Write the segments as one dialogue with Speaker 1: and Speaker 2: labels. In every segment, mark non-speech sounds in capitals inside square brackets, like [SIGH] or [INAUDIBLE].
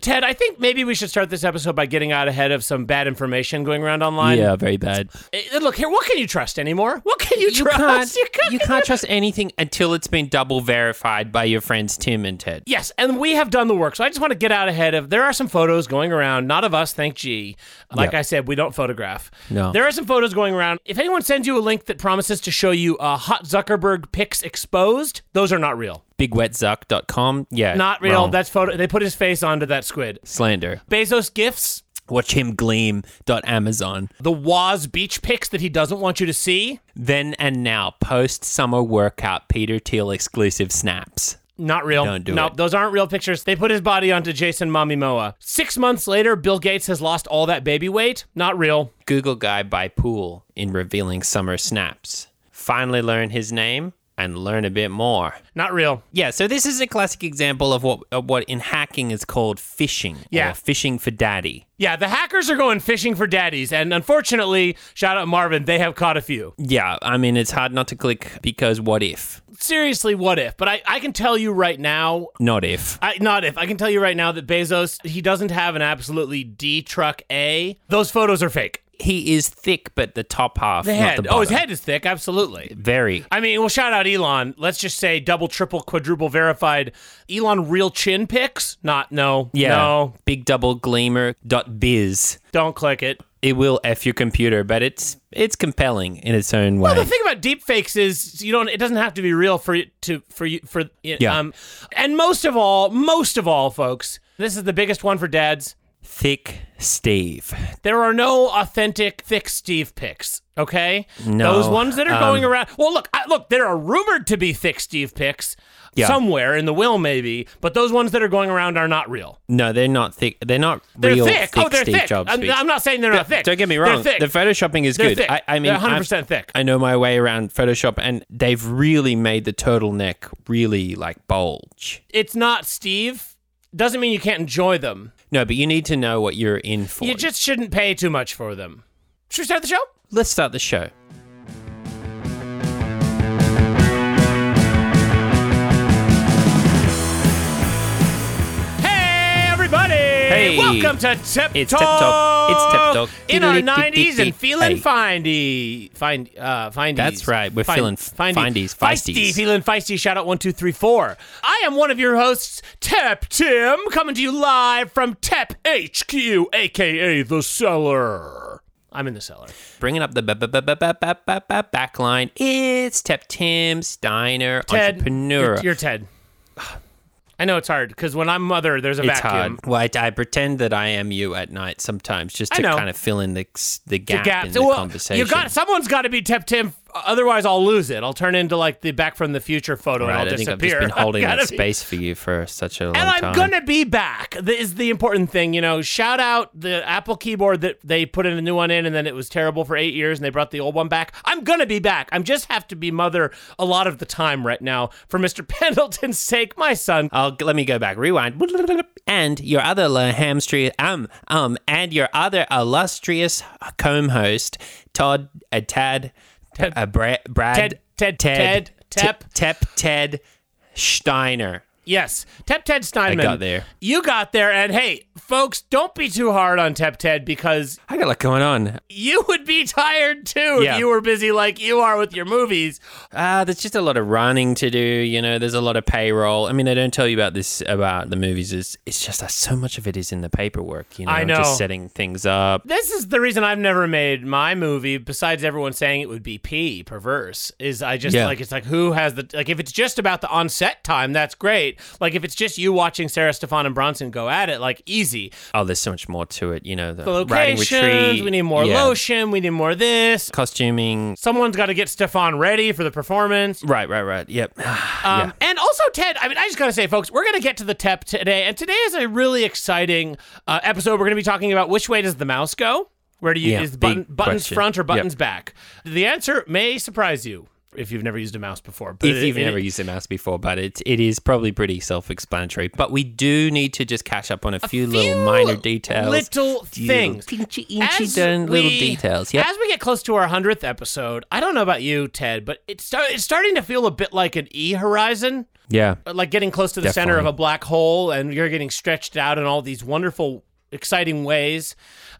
Speaker 1: Ted, I think maybe we should start this episode by getting out ahead of some bad information going around online.
Speaker 2: Yeah, very bad.
Speaker 1: Eh, Look here, what can you trust anymore? What can you,
Speaker 2: You
Speaker 1: trust? [LAUGHS]
Speaker 2: can't,
Speaker 1: You can't-
Speaker 2: you can't trust anything until it's been double verified by your friends Tim and Ted.
Speaker 1: Yes, and we have done the work. So I just want to get out ahead of there are some photos going around, not of us, thank G. Like
Speaker 2: Yeah.
Speaker 1: I said, we don't photograph.
Speaker 2: No.
Speaker 1: There are some photos going around. If anyone sends you a link that promises to show you uh, hot Zuckerberg pics exposed, those are not real.
Speaker 2: Bigwetzuck.com. Yeah.
Speaker 1: Not real.
Speaker 2: wrong.
Speaker 1: That's photo they put his face onto that squid.
Speaker 2: slander.
Speaker 1: Bezos gifts,
Speaker 2: Watch him gleam. Dot Amazon.
Speaker 1: the Waz beach pics that he doesn't want you to see,
Speaker 2: Then and now, post summer workout Peter Thiel exclusive snaps.
Speaker 1: not real.
Speaker 2: Don't do
Speaker 1: no,
Speaker 2: it.
Speaker 1: those aren't real pictures. They put his body onto Jason Mamimoa. 6 months later, Bill Gates has lost all that baby weight. Not real.
Speaker 2: Google guy by pool in revealing summer snaps. Finally learn his name and learn a bit more.
Speaker 1: Not real.
Speaker 2: Yeah, so this is a classic example of what of what in hacking is called phishing.
Speaker 1: Yeah.
Speaker 2: Or phishing for daddy.
Speaker 1: Yeah, the hackers are going fishing for daddies, and unfortunately, shout out Marvin, they have caught a few.
Speaker 2: Yeah, I mean it's hard not to click because what if?
Speaker 1: Seriously, what if? But I, I can tell you right now,
Speaker 2: Not if.
Speaker 1: I, not if, I can tell you right now that Bezos, he doesn't have an absolutely D truck A. Those photos are fake.
Speaker 2: He is thick, but the top half.
Speaker 1: The
Speaker 2: not
Speaker 1: head.
Speaker 2: the
Speaker 1: oh, his
Speaker 2: bottom.
Speaker 1: head Uh, is thick, absolutely.
Speaker 2: Very.
Speaker 1: I mean, well, shout out Elon. Let's just say double, triple, quadruple verified. Elon real chin pics? Not, no.
Speaker 2: Yeah.
Speaker 1: No,
Speaker 2: Big double gleamer dot biz.
Speaker 1: don't click it.
Speaker 2: It will F your computer, but it's it's compelling in its own way.
Speaker 1: Well, the thing about deepfakes is you don't. It doesn't have to be real for you to for you for
Speaker 2: Yeah.
Speaker 1: Um, and most of all, most of all, folks, this is the biggest one for dads.
Speaker 2: Thick Steve.
Speaker 1: There are no authentic thick Steve pics. Okay,
Speaker 2: No,
Speaker 1: those ones that are
Speaker 2: um,
Speaker 1: going around. Well, look, I, look, there are rumored to be thick Steve pics
Speaker 2: Yeah.
Speaker 1: somewhere in the will, maybe, but those ones that are going around are not real.
Speaker 2: No, they're not thick. They're not
Speaker 1: They're
Speaker 2: real
Speaker 1: thick. oh, they're
Speaker 2: Steve
Speaker 1: thick.
Speaker 2: Jobs.
Speaker 1: I'm,
Speaker 2: pics.
Speaker 1: I'm not saying they're not thick.
Speaker 2: Don't get me
Speaker 1: They're
Speaker 2: wrong.
Speaker 1: thick.
Speaker 2: The photoshopping is
Speaker 1: They're
Speaker 2: good.
Speaker 1: thick.
Speaker 2: I, I mean,
Speaker 1: they're
Speaker 2: I'm-
Speaker 1: 100 percent thick.
Speaker 2: I know my way around Photoshop, and they've really made the turtleneck really like bulge.
Speaker 1: it's not Steve. Doesn't mean you can't enjoy them.
Speaker 2: No, but you need to know what you're in for.
Speaker 1: You just shouldn't pay too much for them. Should we start the show?
Speaker 2: Let's start the show.
Speaker 1: Hey, everybody! Hey, welcome to Tip
Speaker 2: It's Tip
Speaker 1: Talk.
Speaker 2: Talk. It's Tip Talk.
Speaker 1: In our
Speaker 2: Diddly-dick-dick-dick.
Speaker 1: nineties and feeling
Speaker 2: Hey.
Speaker 1: findy, find uh, findies.
Speaker 2: That's right, we're feeling f- findies,
Speaker 1: feisty,
Speaker 2: feisties.
Speaker 1: feeling feisty. Shout out one two three four. I am one of your hosts, Tep Tim, coming to you live from Tep HQ, aka the cellar. I'm in the cellar.
Speaker 2: Bringing up the ba- ba- ba- ba- ba- ba- ba- ba- back line. It's Tep Tim Steiner,
Speaker 1: Ted,
Speaker 2: entrepreneur.
Speaker 1: You're, you're Ted. [SIGHS] I know it's hard because when I'm mother, there's a
Speaker 2: it's
Speaker 1: vacuum.
Speaker 2: hard. Well, I, I pretend that I am you at night sometimes, just
Speaker 1: I
Speaker 2: to
Speaker 1: know.
Speaker 2: kind of fill in the
Speaker 1: The
Speaker 2: the gap, in
Speaker 1: gaps.
Speaker 2: the
Speaker 1: Well,
Speaker 2: conversation.
Speaker 1: You got someone's got to be Tep Tim. Otherwise, I'll lose it. I'll turn into like the Back from the Future photo, and
Speaker 2: Right,
Speaker 1: I'll
Speaker 2: I think I've
Speaker 1: disappear.
Speaker 2: just been
Speaker 1: [LAUGHS] I've
Speaker 2: holding that
Speaker 1: gotta be-
Speaker 2: space for you for such a long
Speaker 1: And
Speaker 2: time.
Speaker 1: I'm gonna be back. That Is the important thing, you know. Shout out the Apple keyboard that they put in a new one in, and then it was terrible for eight years, and they brought the old one back. I'm gonna be back. I'm just have to be mother a lot of the time right now for Mr. [LAUGHS] Pendleton's sake, my son.
Speaker 2: I'll let me go back. Rewind. And your other la- hamstring, um, um, and your other illustrious comb host, Todd, a Tad,
Speaker 1: Ted.
Speaker 2: a Brad, Brad,
Speaker 1: Ted, Ted, Ted,
Speaker 2: Te-
Speaker 1: Tep.
Speaker 2: Tep, Ted Steiner.
Speaker 1: Yes, Tep Ted Steinman.
Speaker 2: got there.
Speaker 1: You got there, and hey, folks, don't be too hard on Tep Ted because
Speaker 2: I got a lot going on.
Speaker 1: you would be tired too
Speaker 2: Yeah.
Speaker 1: if you were busy like you are with your movies.
Speaker 2: Uh, there's just a lot of running to do. You know, there's a lot of payroll. I mean, they don't tell you about this about the movies. It's, it's just that so much of it is in the paperwork. You know,
Speaker 1: I know.
Speaker 2: just setting things up.
Speaker 1: This is the reason I've never made my movie. Besides everyone saying it would be p perverse, is I just
Speaker 2: Yeah.
Speaker 1: like it's like who has the like if it's just about the on set time, that's great. Like if it's just you watching Sarah Stefan and Bronson go at it, like easy.
Speaker 2: Oh, there's so much more to it. You know, the,
Speaker 1: The
Speaker 2: riding with
Speaker 1: locations,
Speaker 2: tree,
Speaker 1: we need more
Speaker 2: yeah,
Speaker 1: lotion, we need more this.
Speaker 2: costuming.
Speaker 1: Someone's got to get Stefan ready for the performance.
Speaker 2: Right, right,
Speaker 1: [SIGHS]
Speaker 2: right. Yep.
Speaker 1: Um, And also, Ted, I mean, I just got to say, folks, we're going to get to the TEP today. And today is a really exciting uh, episode. We're going to be talking about which way does the mouse go? Where do you,
Speaker 2: Yeah,
Speaker 1: is the button,
Speaker 2: big
Speaker 1: buttons
Speaker 2: question.
Speaker 1: front or
Speaker 2: Yep.
Speaker 1: buttons back? The answer may surprise you if you've never used a mouse before. But
Speaker 2: if you've
Speaker 1: it-
Speaker 2: never used a mouse before, but it it is probably pretty self-explanatory. But we do need to just catch up on a few, little
Speaker 1: few
Speaker 2: minor details,
Speaker 1: little
Speaker 2: Few
Speaker 1: things.
Speaker 2: pinchy,
Speaker 1: As
Speaker 2: inchy, done little
Speaker 1: we-
Speaker 2: details. Yep.
Speaker 1: As we get close to our hundredth episode, I don't know about you, Ted, but it's, start, it's starting to feel a bit like an E Horizon.
Speaker 2: Yeah.
Speaker 1: like getting close to the center of a black hole and you're getting stretched out in all these wonderful exciting ways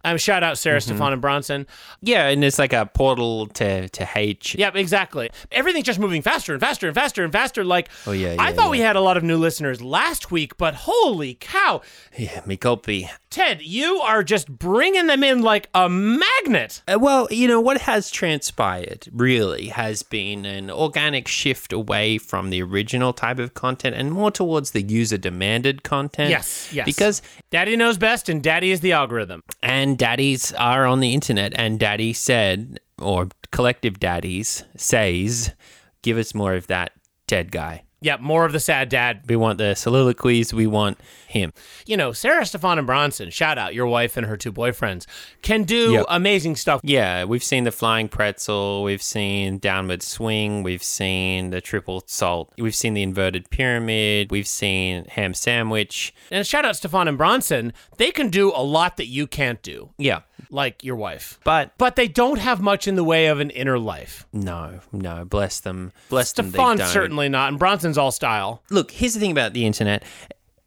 Speaker 1: um, shout out sarah
Speaker 2: Mm-hmm.
Speaker 1: stefan and bronson
Speaker 2: Yeah, and it's like a portal to to H.
Speaker 1: yep exactly everything's just moving faster and faster and faster and faster like oh
Speaker 2: yeah,
Speaker 1: i
Speaker 2: yeah,
Speaker 1: thought we had a lot of new listeners last week but holy cow
Speaker 2: Yeah, me copy.
Speaker 1: ted you are just bringing them in like a magnet
Speaker 2: Uh, Well, you know, what has transpired really has been an organic shift away from the original type of content and more towards the user demanded content.
Speaker 1: Yes, yes.
Speaker 2: Because,
Speaker 1: daddy knows best and daddy is the algorithm
Speaker 2: and daddies are on the internet, and daddy said, or collective daddies says, give us more of that Ted guy.
Speaker 1: yep more of the sad dad
Speaker 2: We want the soliloquies, we want him.
Speaker 1: you know, Sarah Stefan and Bronson, shout out your wife and her two boyfriends, can do
Speaker 2: Yep.
Speaker 1: amazing stuff.
Speaker 2: Yeah, we've seen the flying pretzel, we've seen downward swing, we've seen the triple salt, we've seen the inverted pyramid, we've seen ham sandwich.
Speaker 1: And shout out Stefan and Bronson, they can do a lot that you can't do,
Speaker 2: Yeah,
Speaker 1: like your wife.
Speaker 2: but
Speaker 1: But they don't have much in the way of an inner life.
Speaker 2: no, no, bless them, bless them.
Speaker 1: Stefan
Speaker 2: They don't.
Speaker 1: certainly not, and Bronson's all style.
Speaker 2: Look, here's the thing about the internet: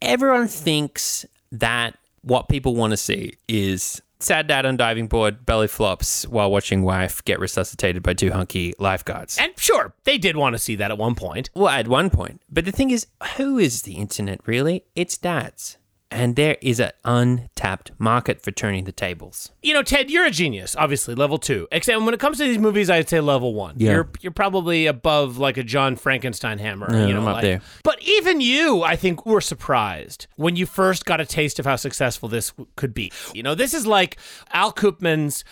Speaker 2: everyone thinks that what people want to see is sad dad on diving board, belly flops while watching wife get resuscitated by two hunky lifeguards.
Speaker 1: And sure, they did want to see that at one point.
Speaker 2: Well, at one point. But the thing is, who is the internet really? It's dads. And there is an untapped market for turning the tables.
Speaker 1: You know, Ted, you're a genius, obviously, level two. Except when it comes to these movies, I'd say level one.
Speaker 2: Yeah.
Speaker 1: You're you're probably above like a John Frankenstein hammer. you know,
Speaker 2: I'm up
Speaker 1: like-
Speaker 2: there.
Speaker 1: But even you, I think, were surprised when you first got a taste of how successful this w- could be. You know, this is like Al Koopman's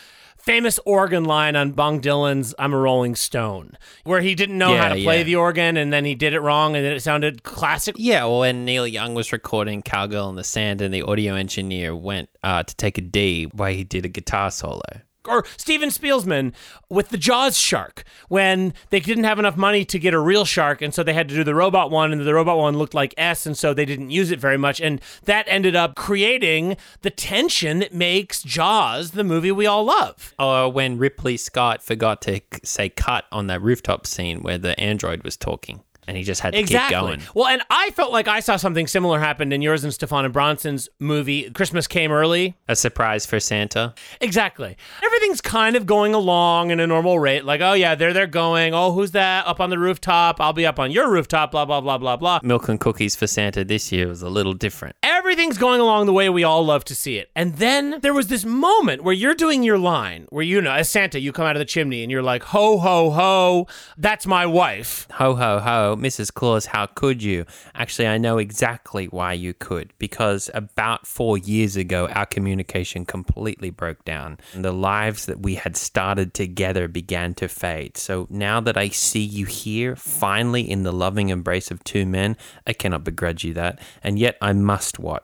Speaker 1: famous organ line on Bong Dylan's I'm a Rolling Stone, where he didn't know how
Speaker 2: Yeah,
Speaker 1: to play
Speaker 2: yeah.
Speaker 1: the organ and then he did it wrong and then it sounded classic.
Speaker 2: Yeah, well, when Neil Young was recording Cowgirl in the Sand and the audio engineer went uh, to take a D while he did a guitar solo.
Speaker 1: or Steven Spielsman with the Jaws shark when they didn't have enough money to get a real shark, and so they had to do the robot one, and the robot one looked like S, and so they didn't use it very much, and that ended up creating the tension that makes Jaws the movie we all love.
Speaker 2: Or Uh, when Ripley Scott forgot to c- say cut on that rooftop scene where the android was talking and he just had to
Speaker 1: Exactly.
Speaker 2: keep going.
Speaker 1: Well, and I felt like I saw something similar happen in yours and Stefan and Bronson's movie Christmas Came Early.
Speaker 2: A surprise for Santa.
Speaker 1: Exactly. Everything's kind of going along in a normal rate. Like, oh yeah, there they're going. Oh, who's that up on the rooftop? I'll be up on your rooftop. Blah blah blah blah blah.
Speaker 2: Milk and cookies for Santa this year was a little different.
Speaker 1: everything's going along the way we all love to see it. And then there was this moment where you're doing your line, where you know, as Santa, you come out of the chimney and you're like, ho, ho, ho, that's my wife.
Speaker 2: Ho, ho, ho, Mrs. Claus, how could you? Actually, I know exactly why you could, because about four years ago, our communication completely broke down. And the lives that we had started together began to fade. So now that I see you here, finally in the loving embrace of two men, I cannot begrudge you that. And yet I must watch.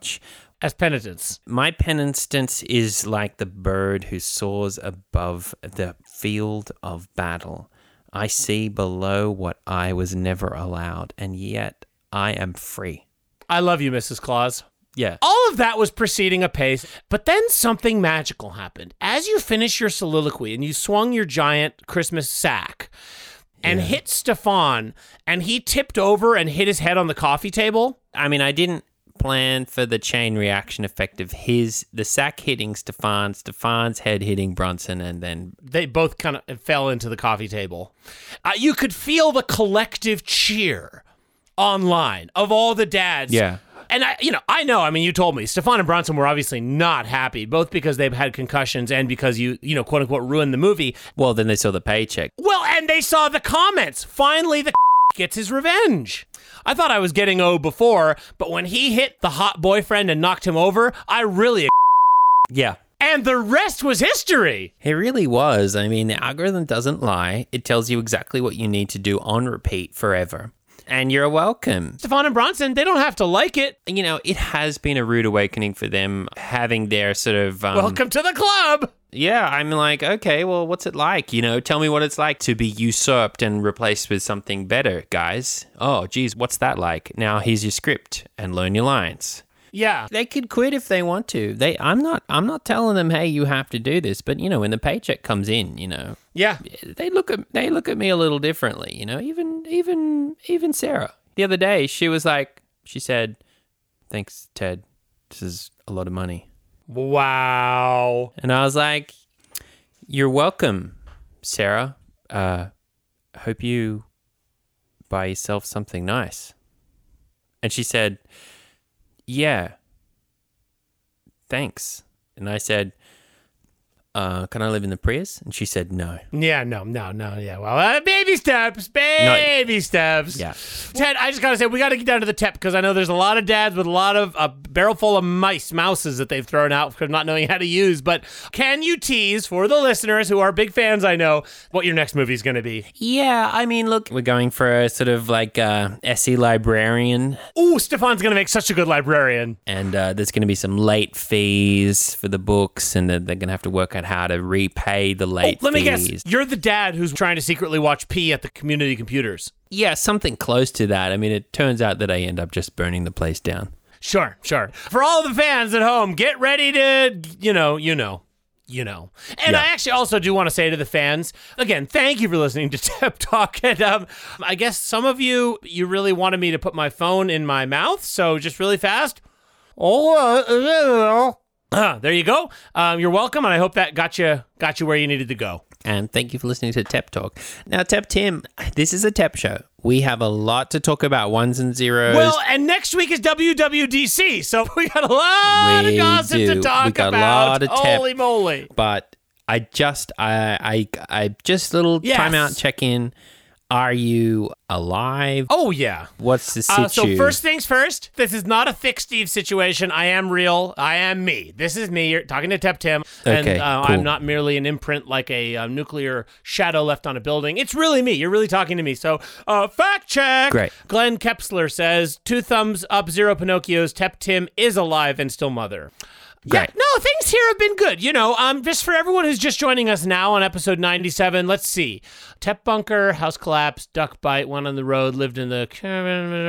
Speaker 1: As penitence.
Speaker 2: My penitence is like the bird who soars above the field of battle. I see below what I was never allowed, and yet I am free.
Speaker 1: I love you, Mrs. Claus.
Speaker 2: Yeah.
Speaker 1: All of that was proceeding apace, but then something magical happened. As you finished your soliloquy and you swung your giant Christmas sack and hit Stefan, and he tipped over and hit his head on the coffee table.
Speaker 2: I mean, I didn't plan for the chain reaction effect of his, the sack hitting Stefan, Stefan's head hitting Brunson, and then
Speaker 1: they both kind of fell into the coffee table. Uh, you could feel the collective cheer online of all the dads.
Speaker 2: Yeah.
Speaker 1: And I, you know, I know. I mean, you told me Stefan and Bronson were obviously not happy, both because they've had concussions and because you, you know, quote unquote, ruined the movie.
Speaker 2: well, then they saw the paycheck.
Speaker 1: Well, and they saw the comments. Finally, the [LAUGHS] gets his revenge. I thought I was getting O before, but when he hit the hot boyfriend and knocked him over, I really. [LAUGHS]
Speaker 2: Yeah.
Speaker 1: And the rest was history.
Speaker 2: It really was. I mean, the algorithm doesn't lie. It tells you exactly what you need to do on repeat forever. And you're welcome.
Speaker 1: Stefan and Bronson, they don't have to like it.
Speaker 2: You know, it has been a rude awakening for them having their sort of. Um,
Speaker 1: Welcome to the club.
Speaker 2: yeah, I'm like, okay, well, what's it like? You know, tell me what it's like to be usurped and replaced with something better, guys. Oh, geez, what's that like? Now, here's your script and learn your lines.
Speaker 1: Yeah.
Speaker 2: They could quit if they want to. They, I'm not, I'm not telling them, hey, you have to do this. But you know, when the paycheck comes in, you know,
Speaker 1: Yeah.
Speaker 2: they look at they look at me a little differently, you know. Even even even Sarah, the other day, she was like, she said, thanks, Ted. This is a lot of money.
Speaker 1: Wow.
Speaker 2: And I was like, you're welcome, Sarah. Uh, hope you buy yourself something nice. And she said, yeah, thanks. And I said, uh, can I live in the Prius? And she said, no.
Speaker 1: Yeah, no, no, no, yeah. Well, uh, baby steps, baby steps.
Speaker 2: Yeah.
Speaker 1: Ted, I just gotta say, we gotta get down to the tip because I know there's a lot of dads with a lot of a barrel full of mice, mouses that they've thrown out for not knowing how to use. But can you tease for the listeners who are big fans? I know what your next movie's gonna be.
Speaker 2: Yeah, I mean, look, we're going for a sort of like uh, SE librarian,
Speaker 1: Ooh, Stefan's gonna make such a good librarian.
Speaker 2: and uh, there's going to be some late fees for the books, and they're, they're going to have to work out how to repay the late.
Speaker 1: Oh, Let me
Speaker 2: fees.
Speaker 1: guess, you're the dad who's trying to secretly watch P at the community computers.
Speaker 2: Yeah, something close to that. I mean, it turns out that I end up just burning the place down.
Speaker 1: Sure, sure. For all the fans at home, get ready to, you know, you know, you know. And
Speaker 2: Yeah.
Speaker 1: I actually also do want to say to the fans again, thank you for listening to [LAUGHS] Tip Talk. And um, I guess some of you, you really wanted me to put my phone in my mouth, so just really fast. Oh, uh, uh, there you go. Um, you're welcome, and I hope that got you got you where you needed to go.
Speaker 2: And thank you for listening to Tep Talk. Now, Tep Tim, this is a Tep show. We have a lot to talk about ones and zeros.
Speaker 1: Well, and next week is WWDC, so [LAUGHS] we got a lot of
Speaker 2: We
Speaker 1: gossip
Speaker 2: do.
Speaker 1: to
Speaker 2: We
Speaker 1: talk
Speaker 2: got a
Speaker 1: about.
Speaker 2: lot of tip.
Speaker 1: Holy moly!
Speaker 2: but I just I I I just little
Speaker 1: Yes.
Speaker 2: timeout check in. Are you alive?
Speaker 1: Oh yeah.
Speaker 2: What's the situ?
Speaker 1: Uh, so first things first, this is not a thick Steve situation. I am real. I am me. This is me. You're talking to Tep Tim,
Speaker 2: Okay,
Speaker 1: and uh,
Speaker 2: cool.
Speaker 1: I'm not merely an imprint like a uh, nuclear shadow left on a building. It's really me. You're really talking to me. So uh, fact check.
Speaker 2: Great.
Speaker 1: Glenn Kepsler says two thumbs up, zero Pinocchios. Tep Tim is alive and still mother.
Speaker 2: Great.
Speaker 1: Yeah, no, things here have been good. You know, um, just for everyone who's just joining us now on episode 97, let's see. Tep Bunker, House Collapse, Duck Bite, One on the [LAUGHS] Road, lived in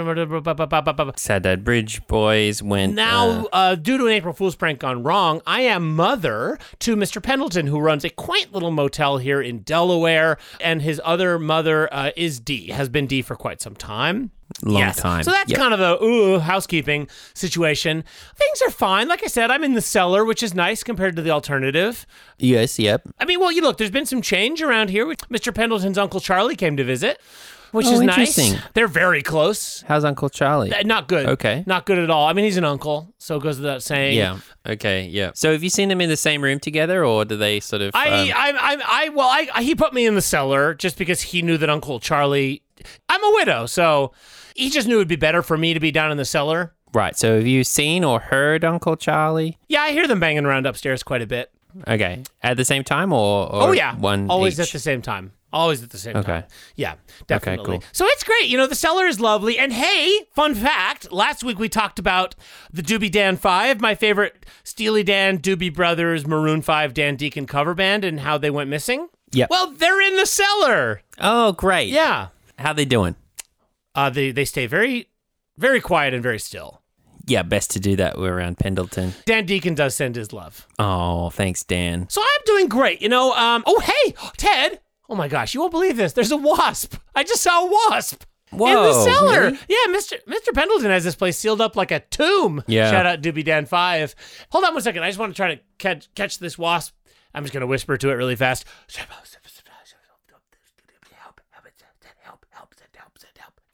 Speaker 1: the.
Speaker 2: Sad Dad Bridge Boys went uh,
Speaker 1: Now, uh, due to an April Fool's prank gone wrong, I am mother to Mr. Pendleton, who runs a quaint little motel here in Delaware, and his other mother uh, is D, has been D for quite some time.
Speaker 2: long
Speaker 1: Yes.
Speaker 2: time.
Speaker 1: So that's
Speaker 2: Yep.
Speaker 1: kind of a ooh housekeeping situation. Things are fine. Like I said, I'm in the cellar, which is nice compared to the alternative.
Speaker 2: yes, yep.
Speaker 1: I mean, well, you look, there's been some change around here. Mr. Pendleton's uncle Charlie came to visit, which
Speaker 2: Oh,
Speaker 1: is
Speaker 2: interesting.
Speaker 1: nice. They're very close.
Speaker 2: How's Uncle Charlie?
Speaker 1: Uh, Not good.
Speaker 2: Okay.
Speaker 1: Not good at all. I mean, he's an uncle, so it goes without saying.
Speaker 2: yeah. Okay. Yeah. So have you seen them in the same room together, or do they sort of?
Speaker 1: I,
Speaker 2: um,
Speaker 1: I, I, I, well, I, he put me in the cellar just because he knew that Uncle Charlie, I'm a widow, so he just knew it'd be better for me to be down in the cellar.
Speaker 2: right. So have you seen or heard Uncle Charlie?
Speaker 1: Yeah, I hear them banging around upstairs quite a bit.
Speaker 2: Okay. At the same time, or, or
Speaker 1: Oh yeah,
Speaker 2: one
Speaker 1: always
Speaker 2: each?
Speaker 1: at the same time. Always at the same time.
Speaker 2: Okay.
Speaker 1: Yeah, definitely.
Speaker 2: cool.
Speaker 1: So it's great. You know, the cellar is lovely. And hey, fun fact: last week we talked about the Doobie Dan Five, my favorite Steely Dan, Doobie Brothers, Maroon Five, Dan Deacon cover band, and how they went missing.
Speaker 2: Yep.
Speaker 1: Well, they're in the cellar.
Speaker 2: Oh, great.
Speaker 1: Yeah.
Speaker 2: How they doing?
Speaker 1: Uh, they they stay very, very quiet and very still.
Speaker 2: Yeah, best to do that around Pendleton.
Speaker 1: Dan Deacon does send his love.
Speaker 2: Oh, thanks, Dan.
Speaker 1: So I'm doing great, you know. Um, oh hey, Ted! Oh my gosh, you won't believe this. There's a wasp. I just saw a wasp in
Speaker 2: Whoa,
Speaker 1: the cellar.
Speaker 2: really?
Speaker 1: Yeah, Mr. Mr. Pendleton has this place sealed up like a tomb.
Speaker 2: Yeah.
Speaker 1: Shout out Doobie Dan Five. Hold on one second. I just want to try to catch catch this wasp. I'm just gonna whisper to it really fast.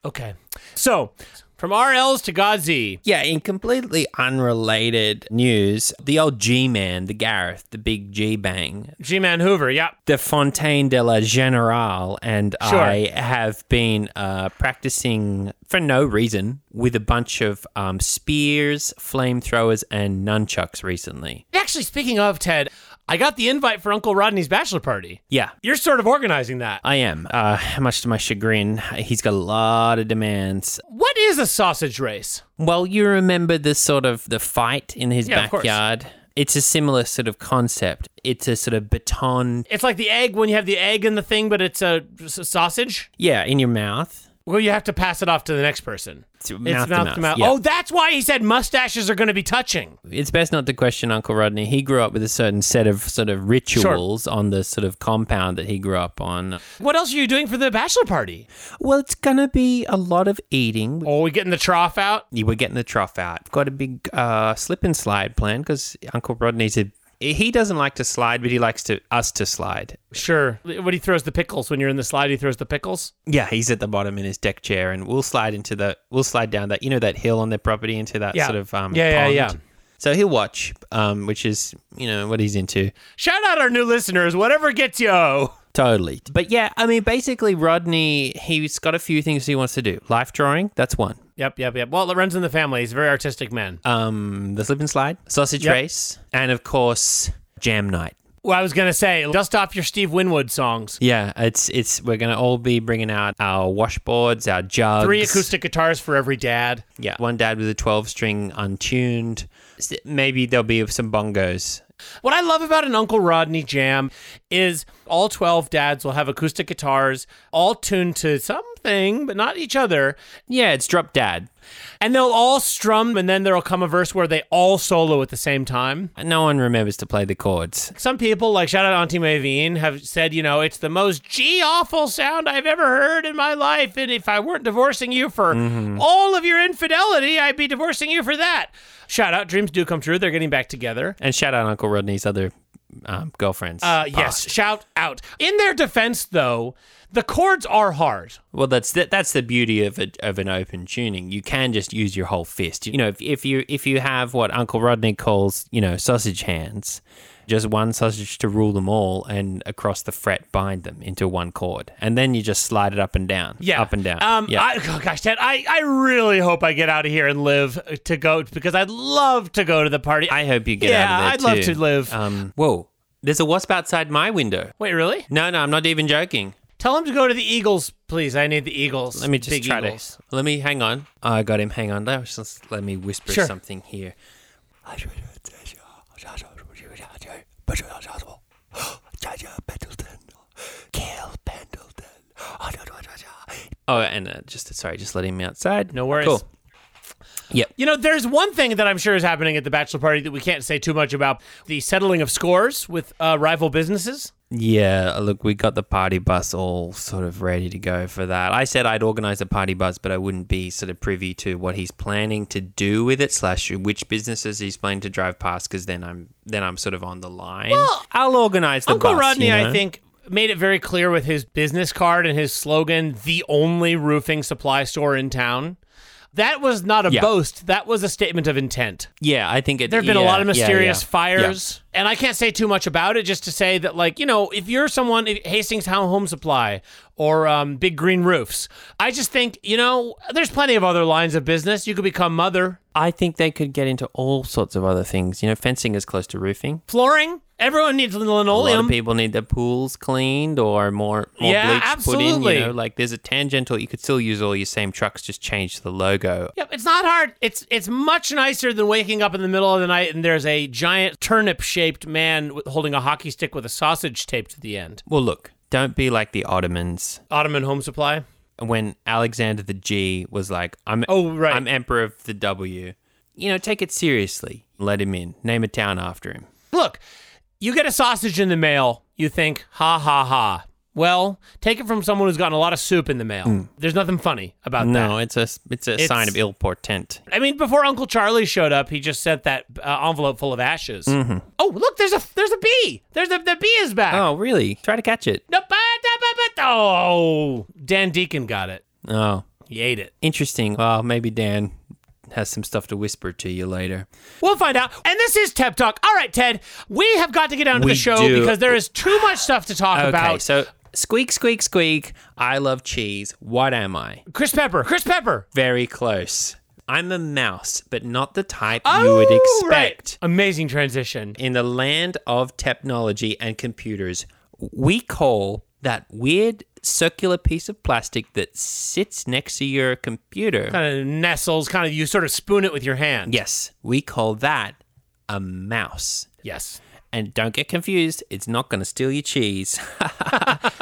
Speaker 1: Okay. So, from RLs to E, Godzi.
Speaker 2: Yeah, in completely unrelated news, the old G man, the Gareth, the big G bang,
Speaker 1: G-Man Hoover. Yeah.
Speaker 2: the Fontaine de la Generale, and
Speaker 1: Sure.
Speaker 2: I have been uh, practicing for no reason with a bunch of um, spears, flamethrowers, and nunchucks recently.
Speaker 1: Actually, speaking of Ted, I got the invite for Uncle Rodney's bachelor party.
Speaker 2: Yeah.
Speaker 1: You're sort of organizing that.
Speaker 2: I am. Uh, much to my chagrin, he's got a lot of demands.
Speaker 1: What is a sausage race?
Speaker 2: Well, you remember the sort of the fight in his
Speaker 1: Yeah, of course.
Speaker 2: backyard. It's a similar sort of concept. It's a sort of baton,
Speaker 1: It's like the egg when you have the egg in the thing, but it's a, it's a sausage.
Speaker 2: yeah, in your mouth.
Speaker 1: Well, you have to pass it off to the next person.
Speaker 2: It's mouth to mouth, yeah.
Speaker 1: Oh, that's why he said mustaches are going to be touching.
Speaker 2: It's best not to question Uncle Rodney. He grew up with a certain set of sort of rituals on the sort of compound that he grew up on.
Speaker 1: What else are you doing for the bachelor party?
Speaker 2: Well, it's going to be a lot of eating.
Speaker 1: Oh, we getting the trough out?
Speaker 2: You were getting the trough out. I've got a big uh, slip and slide plan because Uncle Rodney's a he doesn't like to slide, but he likes to us to slide.
Speaker 1: Sure. When he throws the pickles, when you're in the slide, he throws the pickles.
Speaker 2: Yeah, he's at the bottom in his deck chair, and we'll slide into the we'll slide down that you know that hill on their property into that
Speaker 1: Yeah.
Speaker 2: sort of um
Speaker 1: Yeah, yeah,
Speaker 2: pond.
Speaker 1: yeah.
Speaker 2: So he'll watch, um, which is you know what he's into.
Speaker 1: Shout out our new listeners, whatever gets you. oh.
Speaker 2: Totally. But yeah, I mean, basically, Rodney, he's got a few things he wants to do. Life drawing, that's one.
Speaker 1: Yep, yep, yep. Well, it runs in the family. He's a very artistic man.
Speaker 2: Um, the slip and slide, sausage
Speaker 1: Yep.
Speaker 2: race, and of course, jam night.
Speaker 1: Well, I was going to say, dust off your Steve Winwood songs.
Speaker 2: Yeah, it's it's we're gonna all be bringing out our washboards, our jugs,
Speaker 1: Three acoustic guitars for every dad.
Speaker 2: Yeah, one dad with a twelve string untuned. S- Maybe there'll be some bongos.
Speaker 1: What I love about an Uncle Rodney jam is all 12 dads will have acoustic guitars, all tuned to something, but not each other.
Speaker 2: Yeah, it's drop dad.
Speaker 1: And they'll all strum, and then there'll come a verse where they all solo at the same time.
Speaker 2: No one remembers to play the chords.
Speaker 1: Some people, like shout out Auntie Mavine, have said, you know, it's the most G awful sound I've ever heard in my life. And if I weren't divorcing you for
Speaker 2: Mm-hmm.
Speaker 1: all of your infidelity, I'd be divorcing you for that. Shout out, dreams do come true. They're getting back together.
Speaker 2: And shout out Uncle Rodney's other um, girlfriends.
Speaker 1: Uh, yes, shout out. In their defense, though, the chords are hard.
Speaker 2: Well, that's that, that's the beauty of a, of an open tuning. You can just use your whole fist. You know, if, if you if you have what Uncle Rodney calls you know sausage hands, just one sausage to rule them all, and across the fret bind them into one chord, and then you just slide it up and down.
Speaker 1: Yeah,
Speaker 2: up and down.
Speaker 1: Um,
Speaker 2: yeah.
Speaker 1: I, [LAUGHS] oh gosh, Ted, I, I really hope I get out of here and live to go because I'd love to go to the party.
Speaker 2: I hope you get
Speaker 1: yeah,
Speaker 2: out
Speaker 1: I'd
Speaker 2: of there
Speaker 1: love
Speaker 2: too.
Speaker 1: to live.
Speaker 2: Um, whoa, there's a wasp outside my window.
Speaker 1: Wait, really?
Speaker 2: No, no, I'm not even joking.
Speaker 1: Tell him to go to the Eagles, please. I need the Eagles.
Speaker 2: Let me just
Speaker 1: Big
Speaker 2: try
Speaker 1: Eagles.
Speaker 2: to. Let me hang on. I got him. Hang on. Let, me just, let me whisper
Speaker 1: Sure.
Speaker 2: something
Speaker 1: [GASPS]
Speaker 2: here. Oh, and uh, just sorry, just letting me outside.
Speaker 1: No worries.
Speaker 2: Cool. Yep.
Speaker 1: You know, there's one thing that I'm sure is happening at the bachelor party that we can't say too much about: the settling of scores with uh, rival businesses.
Speaker 2: Yeah, look, we got the party bus all sort of ready to go for that. I said I'd organize a party bus, but I wouldn't be sort of privy to what he's planning to do with it, slash which businesses he's planning to drive past, because then I'm then I'm sort of on the line. I'll organize the
Speaker 1: Uncle
Speaker 2: bus,
Speaker 1: Rodney,
Speaker 2: you know?
Speaker 1: I think, made it very clear with his business card and his slogan, the only roofing supply store in town. That was not a
Speaker 2: Yeah.
Speaker 1: boast. That was a statement of intent.
Speaker 2: Yeah, I think it,
Speaker 1: There have been a
Speaker 2: yeah,
Speaker 1: lot of
Speaker 2: yeah, yeah.
Speaker 1: mysterious
Speaker 2: Yeah.
Speaker 1: fires, and I can't say too much about it. Just to say that, like you know, if you're someone if Hastings Home Home Supply or um, Big Green Roofs, I just think you know there's plenty of other lines of business. You could become mother
Speaker 2: I think they could get into all sorts of other things. You know, fencing is close to roofing.
Speaker 1: flooring. Everyone needs
Speaker 2: A lot of
Speaker 1: linoleum.
Speaker 2: people need their pools cleaned or more, more
Speaker 1: Yeah,
Speaker 2: bleach put in.
Speaker 1: absolutely.
Speaker 2: You know, like there's a tangential. You could still use all your same trucks, just change the logo.
Speaker 1: Yep, it's not hard. It's it's much nicer than waking up in the middle of the night and there's a giant turnip-shaped man with- holding a hockey stick with a sausage taped to the end.
Speaker 2: Well, look, don't be like the Ottomans
Speaker 1: Ottoman Home Supply.
Speaker 2: when Alexander the G was like, "I'm
Speaker 1: Oh, right.
Speaker 2: I'm emperor of the W." You know, take it seriously. Let him in. Name a town after him.
Speaker 1: Look, you get a sausage in the mail, you think, ha ha ha. Well, take it from someone who's gotten a lot of soup in the mail. There's nothing funny about
Speaker 2: Mm. No, it's a it's a sign
Speaker 1: It's-
Speaker 2: of ill portent.
Speaker 1: that. I mean, before Uncle Charlie showed up, he just sent that uh, envelope full of ashes.
Speaker 2: Mm-hmm.
Speaker 1: Oh, look, there's a there's a bee. There's a the bee is back.
Speaker 2: Oh, really? Try to catch it.
Speaker 1: Da- ba- da- ba- ba- Oh, Dan Deacon got it.
Speaker 2: Oh,
Speaker 1: He ate it.
Speaker 2: interesting. Well, maybe Dan has some stuff to whisper to you later.
Speaker 1: We'll find out. And this is Tep Talk. All right, Ted, we have got to get down to
Speaker 2: We
Speaker 1: the show
Speaker 2: do.
Speaker 1: because there is too much stuff to talk
Speaker 2: Okay,
Speaker 1: about.
Speaker 2: so squeak, squeak, squeak. I love cheese. What am I?
Speaker 1: Chris Pepper, Chris Pepper.
Speaker 2: Very close. I'm a mouse, but not the type you would
Speaker 1: Oh, right.
Speaker 2: expect.
Speaker 1: Amazing transition.
Speaker 2: in the land of technology and computers, we call that weird circular piece of plastic that sits next to your computer.
Speaker 1: kind of nestles, kind of you sort of spoon it with your hand.
Speaker 2: Yes, we call that a mouse.
Speaker 1: Yes.
Speaker 2: And don't get confused, it's not going to [LAUGHS] steal your cheese.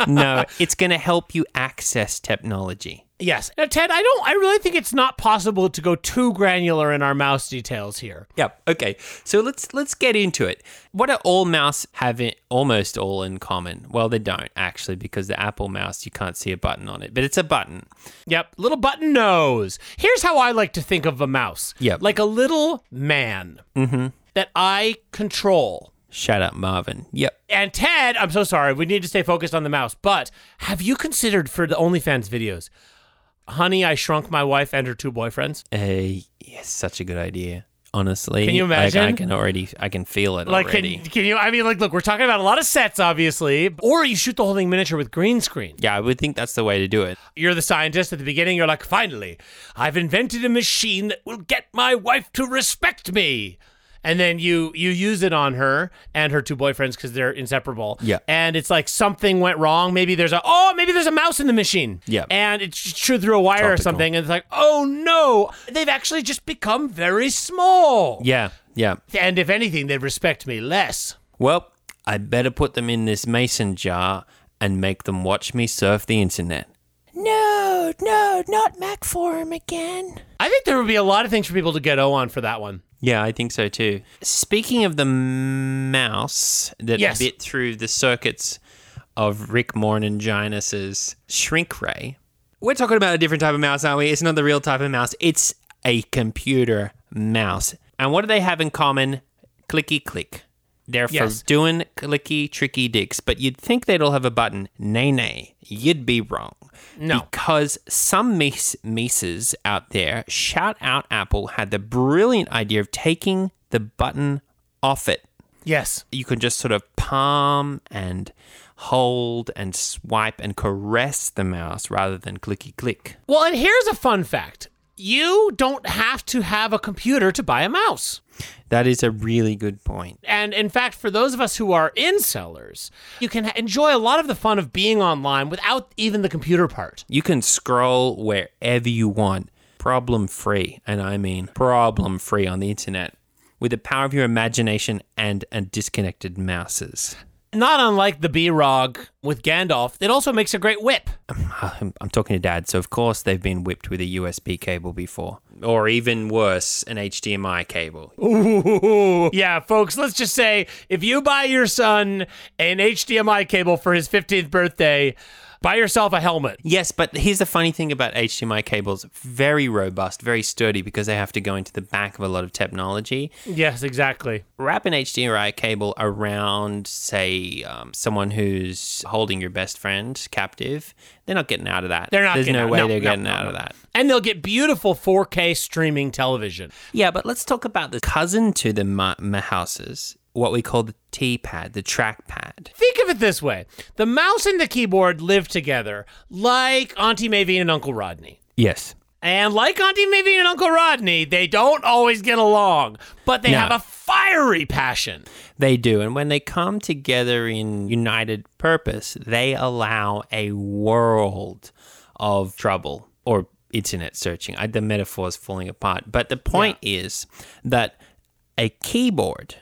Speaker 2: no, it's going to help you access technology.
Speaker 1: Yes. Now, Ted, I don't. I really think it's not possible to go too granular in our mouse details here.
Speaker 2: Yep. Okay. So let's let's get into it. What do all mouse have in, almost all in common? Well, they don't actually because the Apple mouse you can't see a button on it, but it's a button.
Speaker 1: Yep. Little button nose. Here's how I like to think of a mouse.
Speaker 2: Yep. Mm-hmm.
Speaker 1: Like a little man that I control.
Speaker 2: Shut up, Marvin. Yep.
Speaker 1: And Ted, I'm so sorry. We need to stay focused on the mouse. But have you considered for the OnlyFans videos? Honey, I shrunk my wife and her two boyfriends.
Speaker 2: Uh, yes, such a good idea. Honestly,
Speaker 1: Can you
Speaker 2: Like, I
Speaker 1: imagine?
Speaker 2: can already, I can feel it
Speaker 1: Like,
Speaker 2: already.
Speaker 1: can, can you? I mean, like, look, we're talking about a lot of sets, obviously. Or you shoot the whole thing miniature with green screen.
Speaker 2: yeah, I would think that's the way to do it.
Speaker 1: You're the scientist at the beginning. You're like, finally, I've invented a machine that will get my wife to respect me. And then you you use it on her and her two boyfriends because they're inseparable.
Speaker 2: Yeah.
Speaker 1: And it's like something went wrong. Maybe there's a oh maybe there's a mouse in the machine.
Speaker 2: Yeah.
Speaker 1: And it sh- chewed through a wire or
Speaker 2: Tropical.
Speaker 1: something. And it's like oh no, they've actually just become very small.
Speaker 2: Yeah, yeah.
Speaker 1: And if anything, they respect me less.
Speaker 2: Well, I better put them in this mason jar and make them watch me surf the internet. No, no, not Mac Forum again.
Speaker 1: I think there would be a lot of things for people to get o on for that one.
Speaker 2: Yeah, I think so too. Speaking of the mouse that
Speaker 1: Yes.
Speaker 2: bit through the circuits of Rick Morninginus's shrink ray, we're talking about a different type of mouse, aren't we? It's not the real type of mouse. It's a computer mouse. And what do they have in common? Clicky click. They're
Speaker 1: Yes.
Speaker 2: for doing clicky tricky dicks, but you'd think they'd all have a button. Nay, nay, you'd be wrong.
Speaker 1: No.
Speaker 2: Because some mice, mices out there, shout out Apple, had the brilliant idea of taking the button off it.
Speaker 1: Yes.
Speaker 2: You can just sort of palm and hold and swipe and caress the mouse rather than clicky click.
Speaker 1: Well, and here's a fun fact. You don't have to have a computer to buy a mouse.
Speaker 2: That is a really good point.
Speaker 1: And in fact, for those of us who are in sellers, you can ha- enjoy a lot of the fun of being online without even the computer part.
Speaker 2: You can scroll wherever you want, problem free, and I mean problem free on the internet, with the power of your imagination and, and disconnected mouses.
Speaker 1: Not unlike the B-Rog with Gandalf, it also makes a great whip.
Speaker 2: Ah, I'm, I'm talking to dad, so of course they've been whipped with a USB cable before, or even worse, an HDMI cable.
Speaker 1: Yeah, folks, let's just say if you buy your son an HDMI cable for his 15th birthday, buy yourself a helmet.
Speaker 2: Yes, but here's the funny thing about HDMI cables: very robust, very sturdy, because they have to go into the back of a lot of technology.
Speaker 1: Yes, exactly.
Speaker 2: Wrap an HDMI cable around, say, um, someone who's holding your best friend captive. They're not getting out of that.
Speaker 1: They're not
Speaker 2: There's
Speaker 1: getting
Speaker 2: no
Speaker 1: out.
Speaker 2: way
Speaker 1: No,
Speaker 2: they're
Speaker 1: no,
Speaker 2: getting
Speaker 1: no,
Speaker 2: out
Speaker 1: no.
Speaker 2: of that.
Speaker 1: And they'll get beautiful 4K streaming television.
Speaker 2: Yeah, but let's talk about the cousin to the ma- ma- houses, what we call the T pad, the track pad.
Speaker 1: Think of it this way the mouse and the keyboard live together like Auntie Mavine and Uncle Rodney.
Speaker 2: Yes.
Speaker 1: And like Auntie Mavine and Uncle Rodney, they don't always get along, but they
Speaker 2: No.
Speaker 1: have a fiery passion.
Speaker 2: They do. And when they come together in united purpose, they allow a world of trouble or internet searching. I, the metaphor is falling apart. But the point is that a keyboard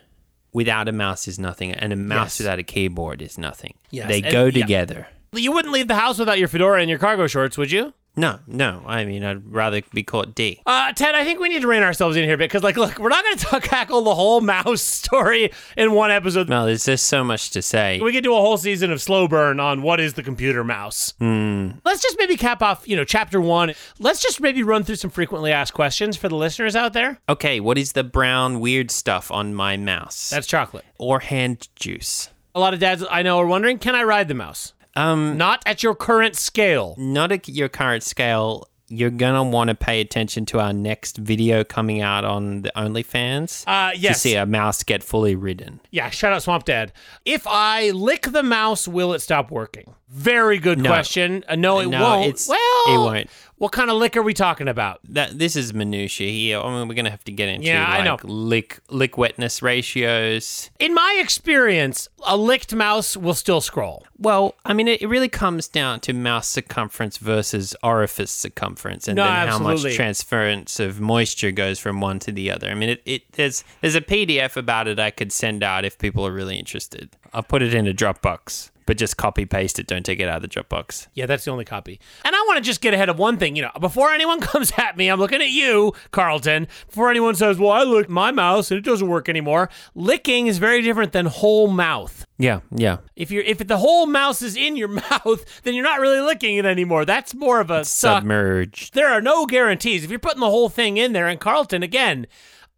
Speaker 2: without a mouse is nothing, and a mouse
Speaker 1: Yes.
Speaker 2: without a keyboard is nothing.
Speaker 1: Yes,
Speaker 2: They
Speaker 1: and-
Speaker 2: go
Speaker 1: yeah.
Speaker 2: together.
Speaker 1: You wouldn't leave the house without your fedora and your cargo shorts, would you?
Speaker 2: No, no. I mean, I'd rather be caught D.
Speaker 1: Uh, Ted, I think we need to rein ourselves in here because, like, look, we're not [LAUGHS] going to tackle the whole mouse story in one episode.
Speaker 2: Well, there's just so much to say.
Speaker 1: We could do a whole season of slow burn on what is the computer mouse.
Speaker 2: Hmm.
Speaker 1: Let's just maybe cap off, you know, chapter one. Let's just maybe run through some frequently asked questions for the listeners out there.
Speaker 2: Okay, what is the brown weird stuff on my mouse?
Speaker 1: That's chocolate.
Speaker 2: or hand juice?
Speaker 1: A lot of dads I know are wondering, can I ride the mouse?
Speaker 2: Um,
Speaker 1: Not at your current scale.
Speaker 2: not at your current scale, you're gonna want to pay attention to our next video coming out on the OnlyFans
Speaker 1: Uh,
Speaker 2: to
Speaker 1: yes.
Speaker 2: see a mouse get fully ridden.
Speaker 1: Yeah, shout out Swamp Dad. If I lick the mouse, will it stop working? Very good question. Uh, no, it
Speaker 2: No,
Speaker 1: won't.
Speaker 2: it's-
Speaker 1: well,
Speaker 2: it won't.
Speaker 1: What kind of lick are we talking about?
Speaker 2: That this is minutiae here. I mean, we're gonna have to get into
Speaker 1: Yeah, I
Speaker 2: like
Speaker 1: know.
Speaker 2: lick lick wetness ratios.
Speaker 1: In my experience, a licked mouse will still scroll.
Speaker 2: Well, I mean, it, it really comes down to mouse circumference versus orifice circumference, and
Speaker 1: No,
Speaker 2: then how
Speaker 1: absolutely.
Speaker 2: much transference of moisture goes from one to the other. I mean, it, it there's there's a PDF about it I could send out if people are really interested. I'll put it in a Dropbox. but just copy paste it. Don't take it out of the Dropbox.
Speaker 1: Yeah, that's the only copy. And I want to just get ahead of one thing. You know, before anyone [LAUGHS] comes at me, I'm looking at you, Carlton. Before anyone says, well, I licked my mouse and it doesn't work anymore, licking is very different than whole mouth.
Speaker 2: Yeah, yeah.
Speaker 1: If you're if the whole mouse is in your [LAUGHS] mouth, then you're not really licking it anymore. That's more of a suck.
Speaker 2: Submerged.
Speaker 1: There are no guarantees. If you're putting the whole thing in there, and Carlton, again,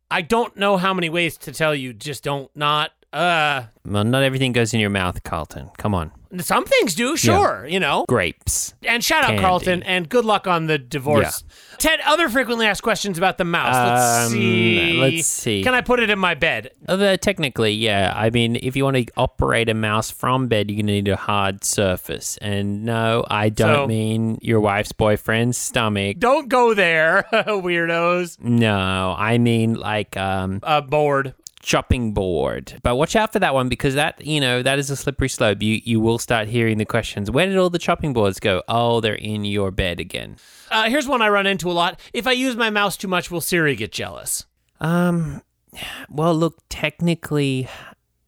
Speaker 1: I don't know how many ways to tell you just don't not uh
Speaker 2: Well, not everything goes in your mouth, Carlton. Come on.
Speaker 1: some things do, sure, you know.
Speaker 2: Grapes.
Speaker 1: And shout out
Speaker 2: Candy.
Speaker 1: Carlton and good luck on the divorce. Ted, other frequently asked questions about the mouse. Let's
Speaker 2: Um,
Speaker 1: see.
Speaker 2: let's see.
Speaker 1: Can I put it in my bed?
Speaker 2: Although Uh, technically, yeah. I mean, if you want to operate a mouse from bed, you're going to need a hard surface. And no, I don't
Speaker 1: So-
Speaker 2: mean your wife's boyfriend's stomach.
Speaker 1: Don't go there, [LAUGHS] weirdos.
Speaker 2: No, I mean like um
Speaker 1: Uh, bored.
Speaker 2: chopping board. But watch out for that one because that, you know, that is a slippery slope. You you will start hearing the questions. Where did all the chopping boards go? Oh, they're in your bed again.
Speaker 1: Uh, here's one I run into a lot. If I use my mouse too much, will Siri get jealous?
Speaker 2: Um well, look, technically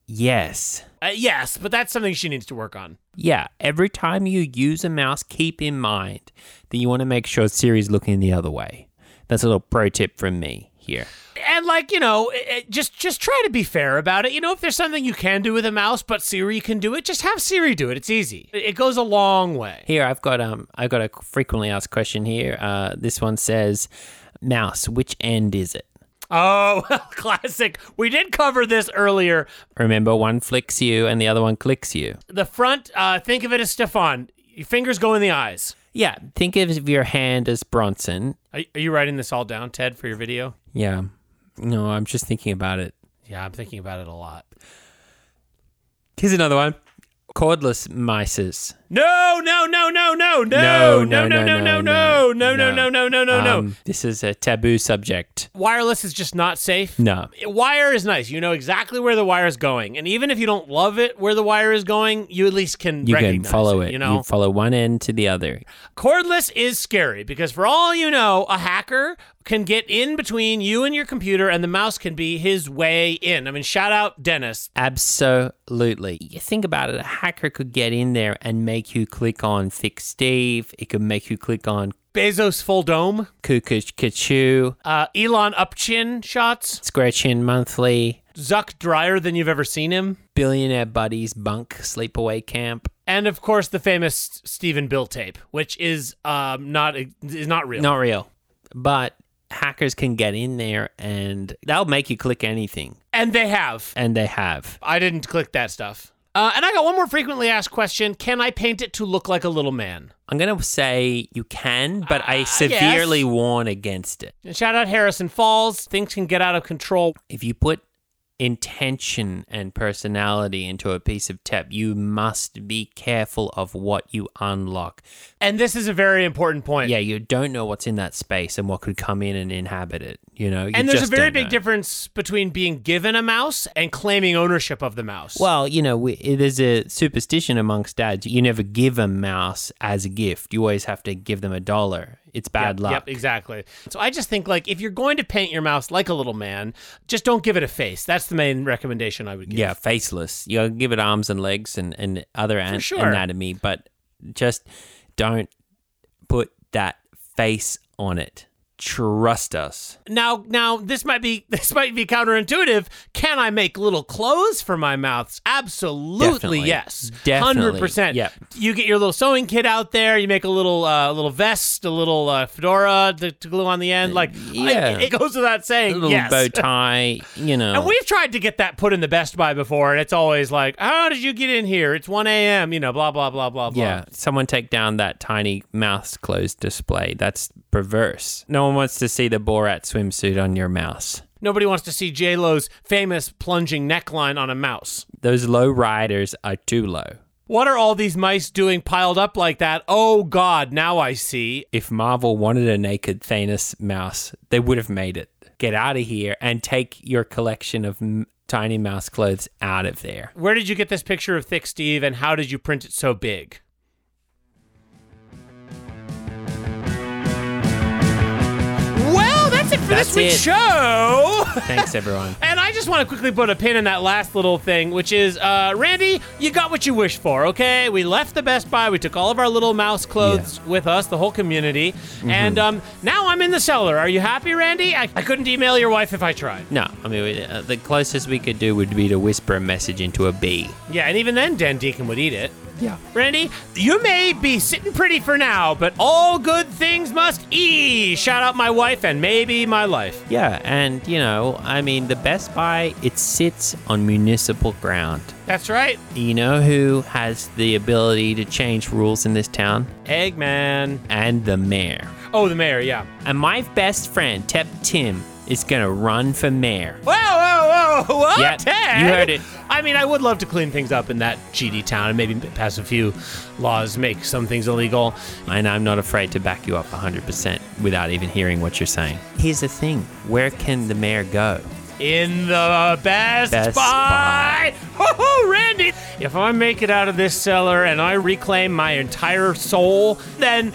Speaker 2: yes.
Speaker 1: Uh, yes, but that's something she needs to work on.
Speaker 2: Yeah, every time you use a mouse, keep in mind that you want to make sure Siri's looking the other way. That's a little pro tip from me here.
Speaker 1: And like you know, it- it- just just try to be fair about it. You know, if there's something you can do with a mouse, but Siri can do it, just have Siri do it. It's easy. It it goes a long way.
Speaker 2: Here I've got um I've got a frequently asked question here. Uh, this one says, "Mouse, which end is it?"
Speaker 1: Oh, [LAUGHS] classic. We did cover this earlier.
Speaker 2: Remember, one flicks you and the other one clicks you.
Speaker 1: The front, uh, think of it as Stefan. Your fingers go in the eyes.
Speaker 2: Yeah, think of your hand as Bronson.
Speaker 1: Are, are you writing this all down, Ted, for your video?
Speaker 2: Yeah, no, I'm just thinking about it.
Speaker 1: Yeah, I'm thinking about it a lot.
Speaker 2: Here's another one: cordless mices.
Speaker 1: No, no, no, no, no, no,
Speaker 2: No,
Speaker 1: no, no, no, no, no, no, no, no, no, no, no, Oh, no, no.
Speaker 2: Um, This is a taboo subject.
Speaker 1: Wireless is just not safe.
Speaker 2: No,
Speaker 1: Wire is nice. You know exactly where the wire is going, and even if you don't love it where the wire is going, you at least can
Speaker 2: you can
Speaker 1: recognize
Speaker 2: follow
Speaker 1: it.
Speaker 2: it.
Speaker 1: You know,
Speaker 2: you follow one end to the other.
Speaker 1: Cordless is scary because, for all you know, a hacker can get in between you and your computer, and the mouse can be his way in. I mean, shout out Dennis.
Speaker 2: Absolutely. You think about it, a hacker could get in there and make you click on Fix Steve. It could make you click on
Speaker 1: Bezos Full Dome,
Speaker 2: Kukush Kachu,
Speaker 1: uh, Elon up chin shots,
Speaker 2: Square Chin Monthly,
Speaker 1: Zuck drier than you've ever seen him,
Speaker 2: Billionaire Buddies Bunk Sleepaway Camp.
Speaker 1: and of course the famous Stephen Bill tape, which is um, not is not real.
Speaker 2: Not real. But hackers can get in there and they'll make you click anything.
Speaker 1: And they have.
Speaker 2: And they have.
Speaker 1: I didn't click that stuff. Uh, and I got one more frequently asked question: Can I paint it to look like a little man?
Speaker 2: I'm going to say you can, but I
Speaker 1: yes.
Speaker 2: severely warn against it.
Speaker 1: And shout out Harrison Falls. Things can get out of control.
Speaker 2: if you put intention and personality into a piece of tap, you must be careful of what you unlock.
Speaker 1: And this is a very important point.
Speaker 2: Yeah, you don't know what's in that space and what could come in and inhabit it. You know, You
Speaker 1: And there's a
Speaker 2: just
Speaker 1: very
Speaker 2: don't
Speaker 1: big
Speaker 2: know.
Speaker 1: difference between being given a mouse and claiming ownership of the mouse.
Speaker 2: Well, you know, we, there's a superstition amongst dads. You never give a mouse as a gift. You always have to give them a dollar. It's bad luck.
Speaker 1: Yep, exactly. So I just think like if you're going to paint your mouse like a little man, just don't give it a face. That's the main recommendation I would give.
Speaker 2: Yeah, faceless. You know, give it arms and legs and, and other an-
Speaker 1: sure.
Speaker 2: anatomy, but just don't put that face on it. Trust us.
Speaker 1: Now now this might be [LAUGHS] this might be counterintuitive. Can I make little clothes for my mouths? Absolutely
Speaker 2: Definitely.
Speaker 1: yes.
Speaker 2: Definitely.
Speaker 1: 100%.
Speaker 2: Yep.
Speaker 1: You get your little sewing kit out there, you make a little uh, little vest, a little uh, fedora to, to glue on the end like
Speaker 2: yeah.
Speaker 1: I- it goes without
Speaker 2: A
Speaker 1: saying.
Speaker 2: little
Speaker 1: yes.
Speaker 2: bow tie, you know.
Speaker 1: [LAUGHS] And we've tried to get that put in the Best Buy before, and it's always like, "How did you get in here? It's 1 a.m." You know, blah blah blah blah blah.
Speaker 2: yeah, someone take down that tiny mouse closed display. That's perverse. No one wants to see the Borat swimsuit on your mouse.
Speaker 1: Nobody wants to see J Lo's famous plunging neckline on a mouse.
Speaker 2: Those low riders are too low.
Speaker 1: What are all these mice doing piled up like that? Oh God, now I see.
Speaker 2: if Marvel wanted a naked Thanos mouse, they would have made it. Get out of here and take your collection of m- tiny mouse clothes out of there.
Speaker 1: Where did you get this picture of Thick Steve, and how did you print it so big? Well, that's it for for
Speaker 2: That's
Speaker 1: this week's
Speaker 2: it.
Speaker 1: show. [LAUGHS]
Speaker 2: Thanks, everyone.
Speaker 1: And I just want to quickly put a pin in that last little thing, which is, uh, Randy, you got what you wished for, okay? We left the Best Buy. We took all of our little mouse clothes with us, the whole community. And um, now I'm in the cellar. Are you happy, Randy? I, I couldn't email your wife if I tried.
Speaker 2: [LAUGHS] No, I mean, we- uh, the closest we could do would be to whisper a message into a bee.
Speaker 1: Yeah, and even then, Dan Deacon would eat it.
Speaker 2: Yeah.
Speaker 1: Randy, you may be sitting pretty for now, but all good things must e. Shout out my wife and maybe my life.
Speaker 2: Yeah, and, you know, I mean, the Best Buy, it sits on municipal ground.
Speaker 1: That's right,
Speaker 2: You know who has the ability to change rules in this town?
Speaker 1: Eggman.
Speaker 2: And the mayor.
Speaker 1: Oh, the mayor, yeah.
Speaker 2: And my best friend, Tep Tim, is going to run for mayor.
Speaker 1: Whoa, whoa, whoa, what?
Speaker 2: Yeah,
Speaker 1: Ted?
Speaker 2: you heard it.
Speaker 1: I mean, I would love to clean things up in that GD town and maybe pass a few laws, make some things illegal.
Speaker 2: And I'm not afraid to back you up 100% without even hearing what you're saying. Here's the thing where can the mayor go?
Speaker 1: In the Best,
Speaker 2: Best
Speaker 1: Buy.
Speaker 2: Buy.
Speaker 1: Woohoo, Randy! If I make it out of this cellar and I reclaim my entire soul, then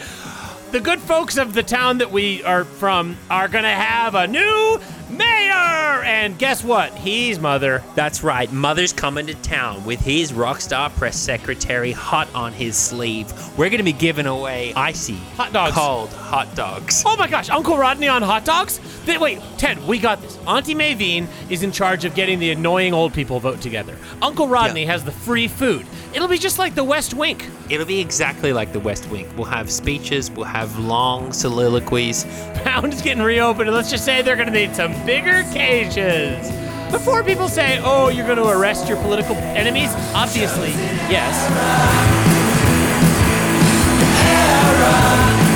Speaker 1: the good folks of the town that we are from are gonna have a new mayor. And guess what? He's mother.
Speaker 2: That's right, Mother's coming to town with his rockstar press secretary hot on his sleeve. We're going to be giving away icy,
Speaker 1: Hot dogs.
Speaker 2: cold hot dogs.
Speaker 1: Oh my gosh, Uncle Rodney on hot dogs? Th- wait, Ted, we got this. Auntie Mavine is in charge of getting the annoying old people vote together. Uncle Rodney has the free food. It'll be just like the West [LAUGHS] Wink.
Speaker 2: It'll be exactly like the West Wing. We'll have speeches, we'll have long soliloquies.
Speaker 1: Pound's getting reopened, and let's just say they're going to need some bigger cages. Before people say, oh, you're going to arrest your political enemies, obviously, yes.